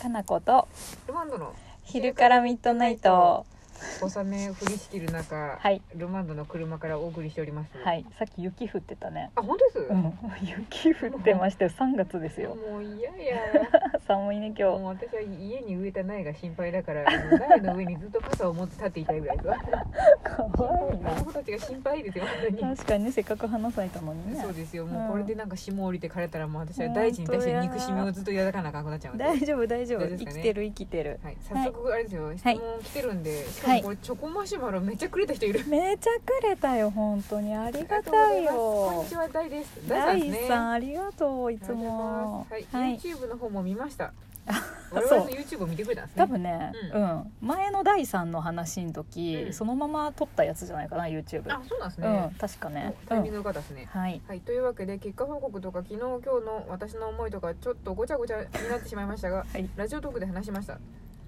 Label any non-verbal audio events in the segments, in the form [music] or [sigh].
かなことルマンドの昼からミッドナイト小雨降りしきる中、はいルマンドの車からお送りしております。は。いさっき雪降ってたねあ、本当です。うん雪降ってましたよ3月ですよもう嫌や。 [laughs] 寒いねも今う日私は家に植えた苗が心配だから、あの苗の上にずっと傘を持って立っていたいぐらいですわ。かわいい子供たちが心配ですよ、本当に。確かにねせっかく花咲いたのにねそうですよ、うもんうこれでなんか霜降りて枯れたら、もう私は大地に対して憎しみをずっと抱かなあかんくなっちゃうんで。大丈夫大丈夫大丈夫です生かねきてる生きてるはい、早速あれですよ、質問来てるんで、しかもこれチョコマシュマロめっちゃくれた人いる。めちゃくれたよ本当にあありがたいこんよにちは、大です。大さん第ですね。三ありがとういつもはい、はい YouTube の方も見ま [laughs] した。そう我々の YouTube を見てくれたんですね。多分ね、ううん前の第3の話の時、うんそのまま撮ったやつじゃないかな YouTube、あ、そうなんですうんね。確かね、うタイミンん、グの方ですね。はいはい、というわけで結果報告とか昨日今日の私の思いとかちょっとごちゃごちゃになってしまいましたが、はいラジオトークで話しました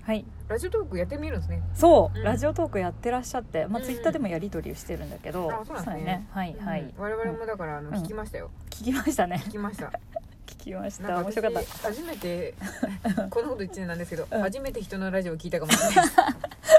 はいラジオトークやってみるんですねそう、うんラジオトークやってらっしゃって、まあ、うん Twitter でもやり取りしてるんだけど、あそうなんですねやはいはい、うん我々もだからあのうん聞きましたよ、聞きましたね [laughs] 聞きました聞きましなたん面か白かった私初 [laughs] めてこんなこと言ってなんですけど、うん初めて人のラジオを聞いたかもしれない [laughs]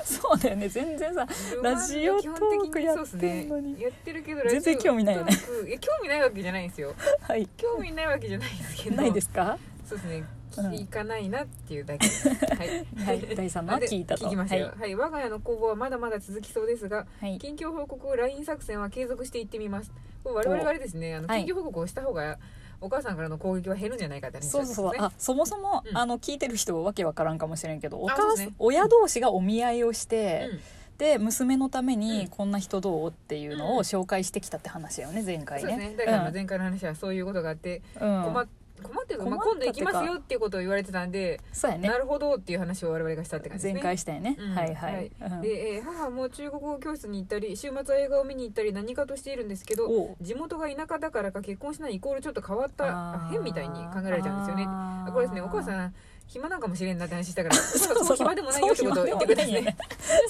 そうだよね全然さラジオトークやってんのにやってるけどラジ全オ然興味ないよねトークいや興味ないわけじゃないんですよはい興味ないわけじゃないんですけどないですかそうですねうん聞かないなっていうだけ、はいはい第3のは聞いたと聞きましたよははい、我が家の攻防はまだまだ続きそうですがはい近況報告 LINE 作戦は継続していってみますこれ我々があれですねあのはい近況報告をした方がお母さんからの攻撃は減るんじゃないかって話そうそうそう、ですねあそもそも、うんあの聞いてる人わけわからんかもしれんけどお母そさうでん、すね親同士がお見合いをして、うんで娘のためにうんこんな人どうっていうのうんを紹介してきたって話だよね前回そうですねね。だから前回の話はそういうことがあってうんう困んっ困ってる、まあ、困った今度ってか行きますよっていうことを言われてたんで、そうやねなるほどっていう話を我々がしたって感じです前ね回したよね、うんはいはい、うんで、えー母も中国語教室に行ったり週末は映画を見に行ったり何かとしているんですけどおう地元が田舎だからか結婚しないイコールちょっと変わったああー変みたいに考えられちゃうんですよねあーこれですねお母さん暇なんかもしれんなって話し [laughs] たからお母さんそうそそうう暇でもないよってことを言ってくれたんですね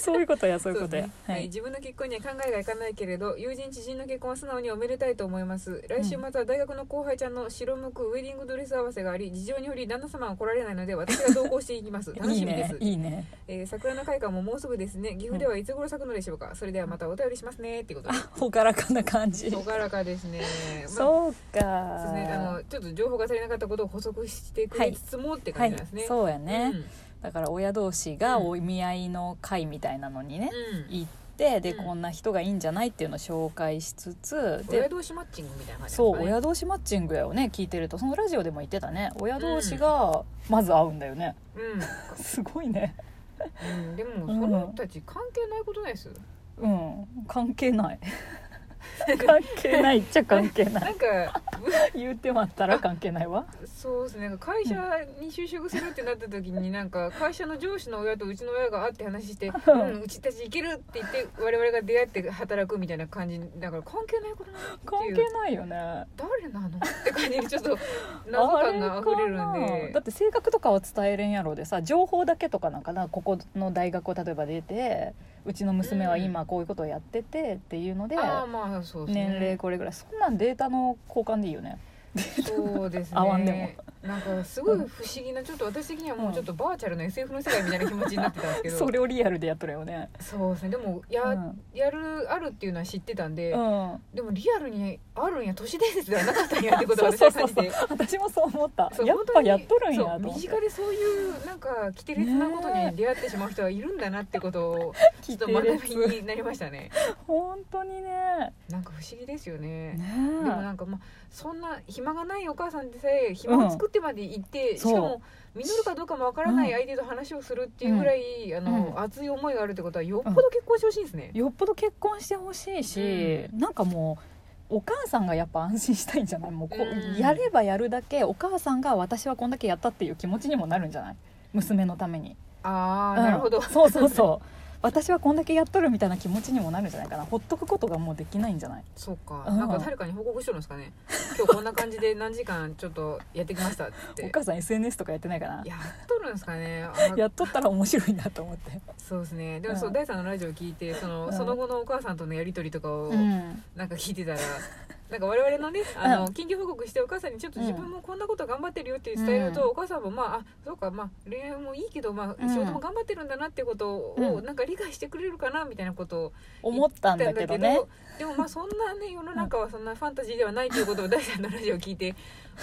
[laughs] そういうことやそういうことや、 [laughs] そうですはねはいい、自分の結婚には考えがいかないけれど友人知人の結婚は素直におめでたいと思います来週また大学の後輩ちゃんの白無垢ウェディングドレス合わせがあり事情により旦那様は来られないので私が同行していきます楽 [laughs] いいしみですねいいねえー桜の開花ももうすぐですね岐阜ではいつ頃咲くのでしょうかそれではまたお便りしますねっていうことでほからかな感じ朗らかです [laughs] ね、まあそうかそうですね、あのちょっと情報が足りなかったことを補足してくれつつもっては感じいなんですね。そうやね、うんだから親同士がお見合いの会みたいなのにね、うん行ってで、うんこんな人がいいんじゃないっていうのを紹介しつつ親で同士マッチングみたいな感じそうなんですかね親同士マッチングやよね聞いてるとそのラジオでも言ってたね親同士がまず会うんだよね、すごいねうん、うん、でもその人たち関係ないことないです。うん関係 [laughs] ない関係ないっちゃ関係ない [laughs] なんか言うてまったら関係ないわそうですね、なんか会社に就職するってなった時になんか会社の上司の親とうちの親が会って話 [laughs] して、んうん、うちたち行けるって言って我々が出会って働くみたいな感じだから関係ないことないって関いう係ないよね誰なのって感じにちょっと謎感が溢れるんあれかでなだって性格とかは伝えれんやろうでさ情報だけとかなんかなここの大学を例えば出てうちの娘は今こういうことをやっててっていうので、ああまあそうですね年齢これぐらいそんなんデータの交換でいいよねそうですね合わんでもなんかすごい不思議なちょっと私的にはもうちょっとバーチャルの SF の世界みたいな気持ちになってたんですけどそれをリアルでやっとるよねそうですねでもや,、うん、やるあるっていうのは知ってたんで、うん、でもリアルにあるんや都市伝説ではなかったんやってことをそう私 [laughs] そはうそ感うじそうて。私もそう思ったそうやっぱやっとるんや本と当に思っそう身て近でそういうなんかキテレツなことに出会ってしまう人はいるんだなってことをち聞ょっいとて学るびになりましたね本当にねなんか不思議ですよねねでもなんかまあそんな暇がないお母さんでさえ暇を作ってまで行って、んしかも実るかどうかもわからなういん相手と話をするっていうぐらい、あのうん熱い思いがあるってことはよっぽど結婚してほしいんですね、よっぽど結婚してほしいし、なんかもうお母さんがやっぱ安心したいんじゃないもうこう、うんやればやるだけお母さんが私はこんだけやったっていう気持ちにもなるんじゃない娘のためにああうんなるほど、そうそうそう私はこんだけやっとるみたいな気持ちにもなるんじゃないかなほっとくことがもうできないんじゃないそうか、うんなんか誰かに報告しとるんですかね今日こんな感じで何時間ちょっとやってきましたっつっおて母さん SNS とかやってないかなやっとるんですかねあやっとったら面白いなと思って、そうですねでもそう、うん第三のラジオ聞いてその,、うんその後のお母さんとのやり取りとかをうん、なんか聞いてたら、なんか我々のねあの、うん緊急報告してお母さんにちょっと自分もこんなこと頑張ってるよって伝えると、うんお母さんもまああそうかまあ恋愛もいいけど、まうあ、ん仕事も頑張ってるんだなってことを、うんなんか理解してくれるかなみたいなことを思ったんだけどねでもまあそんなね世の中はそんなファンタジーではないということを大ちゃんのラジオを聞いて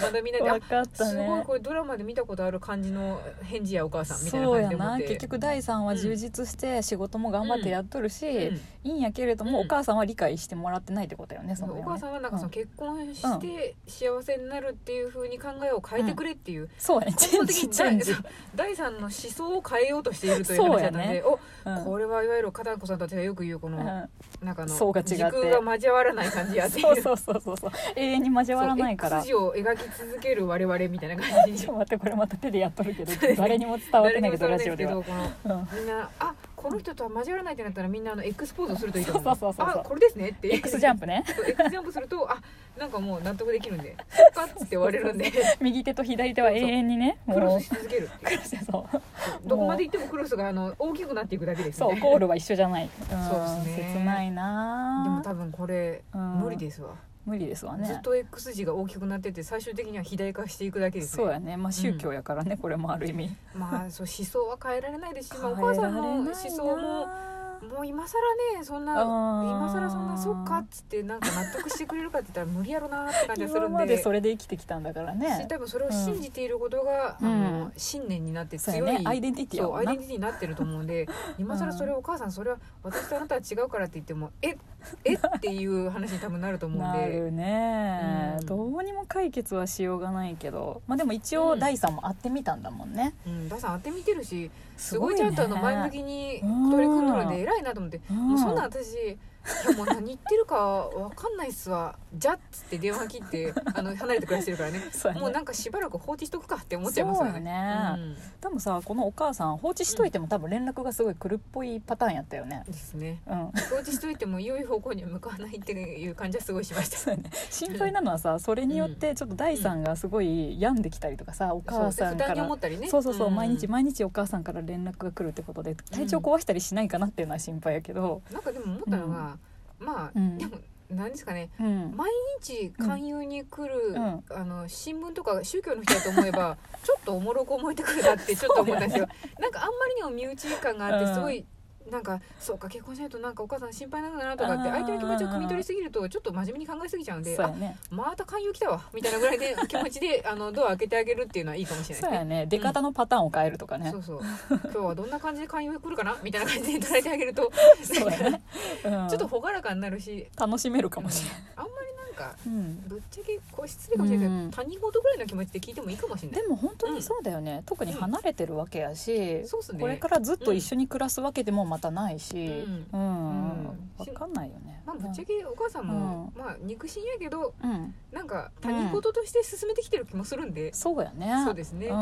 まだみんなであ分かったすごいねこれドラマで見たことある感じの返事やお母さんみたいなそう感じやで思っなて結局第3話充実して仕事も頑張ってやっとるし、うんいいんやけれども、うんお母さんは理解してもらってないってことよねそのお母さんはなんかそのうん結婚して幸せになるっていう風に考えを変えてくれっていう、そうやねチ根ェン本的ジにチェン第ジそう第三の思想を変えようとしているという話だったので、おうんこれはいわゆる片子さんたちがよく言うこの、うんなんかあの層が違って時空が交わらない感じやっていうそうそうそうそうそう永遠に交わらないからそう X を描き続ける我々みたいな感じにちょっと待ってこれまた手でやっとるけどそうですね誰にも伝わってないけど誰ラにジもオ伝でわは、ってないですけどうんこのみんなあこの人とは交わらないってなったらみんなあの X ポーズをするといいと思うそうそうそうそうあこれですねって X ジャンプねそう X ジャンプするとあなんかもう納得できるんでそっかっつって終われるんで右手と左手は永遠にねクもロうスし続けるってクいうロスでそうどこまで行ってもクロスがあの大きくなっていくだけですそうねゴールは一緒じゃない、うん、そうですね切ないなあでも多分これうん無理ですわ、無理ですわねずっと X 字が大きくなってて最終的には肥大化していくだけですそうねやねまあ宗教やからね、これもある意味まあそう思想は変えられないですし、まあ、お母さんの思想ももう今更ねそんなあー今更そんなそっかっつってなんか納得してくれるかって言ったら無理やろなって感じがする今んまででそれで生きてきたんだからねし多分それを信じていることが、うんあうんの信念になってそう強やい、ねアイデンティティやそうもアんイデなンティティになってると思う [laughs] んで今更それをお母さんそれは私とあなたは違うからって言ってもええっていう話に多分なると思うんなでるね、うんどうにも解決はしようがないけどまあでも一う応ん第3も会ってみたんだもんね、うんダさん当てみてるしすごいねちゃんとあの前向きに取り組んどるんで偉いなと思ってうんもうそんなん私いやもう何言ってるかわかんないっすわじゃっつって電話切ってあの離れて暮らしてるからねそうやねもうなんかしばらく放置しとくかって思っちゃいますよねそうやねでもさこのお母さん放置しといても多分連絡がすごい来るっぽいパターンやったよねうん、ですねうん、放置しといても良い方向には向かわないっていう感じはすごいしました [laughs] そうやね心配なのはさそれによってちょっと第3がすごい病んできたりとかさお母さんそう負か担にら思ったりねそうそうそう、毎日ん毎日お母さんから連絡が来るってことで体調壊したりしないかなっていうのは心配やけど、なんかでも思ったのが、まあ、うんでもなんですかねうん、毎日勧誘に来る、うんあの新聞とか宗教の人だと思 [laughs] えばちょっとおもろく思えてくるなってちょっと思ったんですよ、なんかあんまりにも身内感があってうんすごい、なんかそうか結婚しないとなんかお母さん心配なんだなとかってあー相手の気持ちを汲み取りすぎるとちょっと真面目に考えすぎちゃうんでそうやあねまた勧誘来たわみたいなぐ [laughs] らいで気持ちであのドア開けてあげるっていうのはいいかもしれなそいうですやね。ね出方のパターンを変えるとかね、そ [laughs] うそう今日はどんな感じで勧誘来るかなみたいな感じで捉えてあげるとそうや [laughs] ね、うんちょっと朗らかになるし楽しめるかもしれあんまりなんかない、うん、ぶっちゃけこう失礼かもしれないけど、うん他人事ぐらいの気持ちで聞いてもいいかもしれないでも本当にそうだよね、特に離れてるわけやし、そうっすねこれからずっと一緒に暮らすわけでもまたないし、うんうん分かんないよね、まあぶっちゃけお母さんも、まあ肉親やけどうん、うんなんか他人事として進めてきてる気もするんで、そうやねそうですね、ううん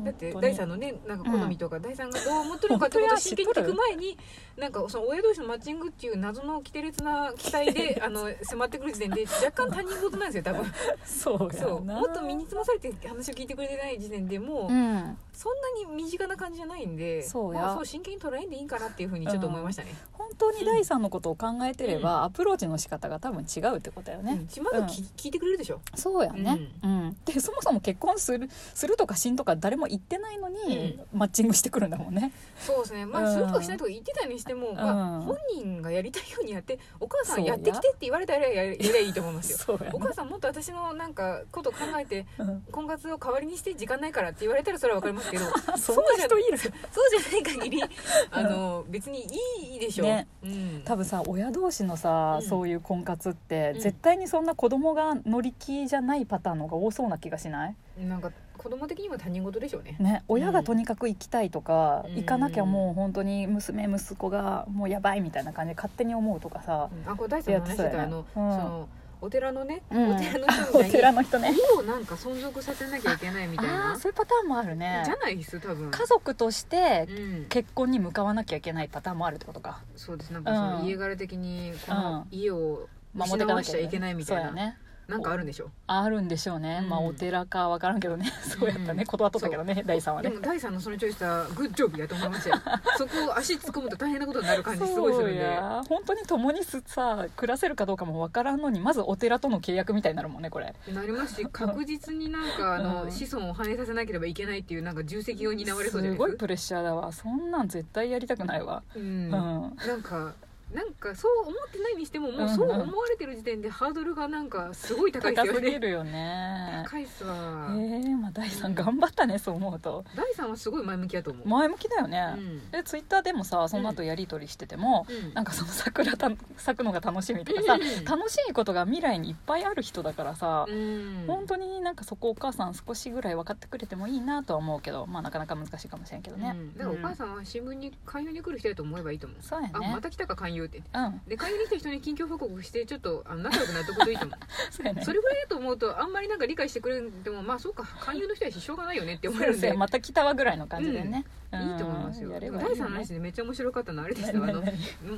んだって第三のねなんか好みとか、第三がどう思ってるのかってことを真剣に聞く前になんかその親同士のマッチングっていう謎の奇天烈な期 [laughs] 待であの迫ってくる時点で若干他人事なんですよ多分そうそやうなもっと身につまされて話を聞いてくれてない時点でもうう、んそんなに身近な感じじゃないんでそうやまあ、そう真剣に捉えんでいいんかなっていうふうにちょっと思いましたね、本当に第三のことを考えてれば、アプローチの仕方が多分違うってことだよね、うんちまだ聞,、聞いてくれるでしょ、そうやね、うんでそもそも結婚するするとかしんとか誰も言ってないのに、マッチングしてくるんだもんねそうですねまうんあするとかしないとか言ってたにしても、まあ、うん本人がやりたいようにやってお母さそんうややってきてって言われたらやれやればいいと思いますよそうやおね母さんもっと私のなんかことを考えてうん婚活を代わりにして時間ないからって言われたらそれは分かります [laughs] けどそんな人いるそうじゃない限 [laughs] りあの別にいいでしょう、ねうん、多分さ親同士のさ、うんそういう婚活って、うん絶対にそんな子供が乗り気じゃないパターンの方が多そうな気がしないなんか子供的にも他人事でしょうねね親がとにかく行きたいとか、うん行かなきゃもう本当に娘息子がもうやばいみたいな感じで勝手に思うとかさ、あこれ大さんの話してた、あの、うんそのお寺のね、うんお寺の [laughs] 人おみたい寺にの人ね家をなんか存続させなきゃいけないみたいあなーそういうパターンもあるねじゃないです多分家族としてうん、結婚に向かわなきゃいけないパターンもあるってことかそうですなんかそのうん家柄的にこの家を守っていか失わなしきちゃゃいけないみたいな、そうやねなんかあるんでしょあるんでしょうね、うんまあお寺か分からんけどねそうやったね、うん断っとったけどね第3話でねも第3のそのチョイスはグッジョブやと思いました [laughs] よそこを足突っ込むと大変なことになる感じすごいすそるうんでや本当に共にすさ暮らせるかどうかも分からんのにまずお寺との契約みたいになるもんねこれなりますし確実になんかあの、うん子孫を反映させなければいけないっていうなんか重責を担われそうじすゃないごいですかプレッシャーだわそんなん絶対やりたくないわうん、うなんん、かなんかそう思ってないにしてももうそう思われてる時点でハードルがなんかすごい高いで高すよすぎねるよね高いっすえわ、ー、まあ第3頑張ったねそう思うと第3はすごい前向きやと思う、前向きだようね、んでツイッターでもさその後やり取りしてても、うんなんかその桜た咲くのが楽しみとかさ、うん楽しいことが未来にいっぱいある人だからさ、うん本当になんかそこお母さん少しぐらい分かってくれてもいいなとは思うけどまあなかなか難しいかもしれんけどね、うんだからお母さんは新聞に勧誘に来る人やと思えばいいと思う、そうやあまねた来たか勧誘って [laughs] うんで勧誘に来た人に近況報告してちょっとあの仲良くなっとくといいと思 [laughs] うそうやねそれぐらいだと思うとあんまりなんか理解してくれんでもまあそうか勧誘の人やししょうがないよねって思えるんそうでやまた来たわぐらいの感じでね、うんいいと思いますよ。やでれもばいい第よ、ね、 3の話でめっちゃ面白かったのはあれでしたよあの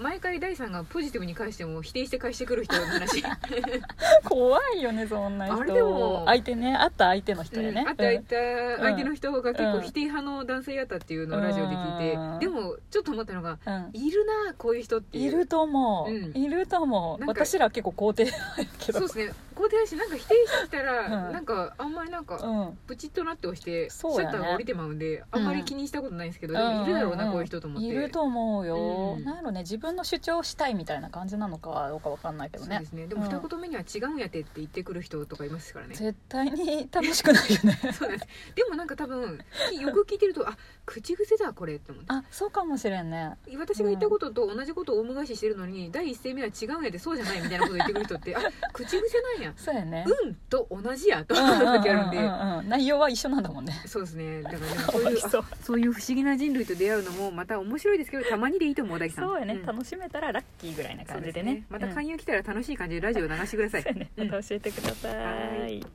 毎回第3がポジティブに返しても否定して返してくる人 [laughs] の話 [laughs] 怖いよねそんな人あれでも相手ね会った相手の人うやんね、あったあったん相手の人が結構うん否定派の男性やったっていうのをラジオで聞ういんてでもちょっと思ったのがうんうんいるなこういう人っていいうると思う、うんいると思うなんか私ら結構肯定だけどそうですね肯定だしなんか否定してきたら、うんなんかあんまりなんかうんプチッとなって押して、シそうやねャッターが降りてまうんであんまり気にしたことないんですけど、うんでもいるだろうな、うんこういう人と思っていると思うよ、うんなんやろね自分の主張したいみたいな感じなのかどうかわかんないけそどうねですねでもうん二言目には違うんやてって言ってくる人とかいますからね、絶対に楽しくないよね [laughs] そうなんですでもなんか多分よく聞いてるとあ口癖だこれって思ってあそうかもしれんね私が言ったことと同じことをオウム返ししてるのに、第一声目は違うんやてそうじゃないみたいなこと言ってくる人っ [laughs] てあ口癖なんやそうやねうんと同じやとう思んうんう時あるんで、うんうん内容は一緒なんだもんねそうですねだからでもかそうわいいう [laughs] あそうそういう不思議な人類と出会うのもまた面白いですけどたまにでいいと思う大樹さんそうやね、ん楽しめたらラッキーぐらいな感じでそうねまたうん勧誘来たら楽しい感じでラジオ流してくださいそうやねうんまた教えてくださはい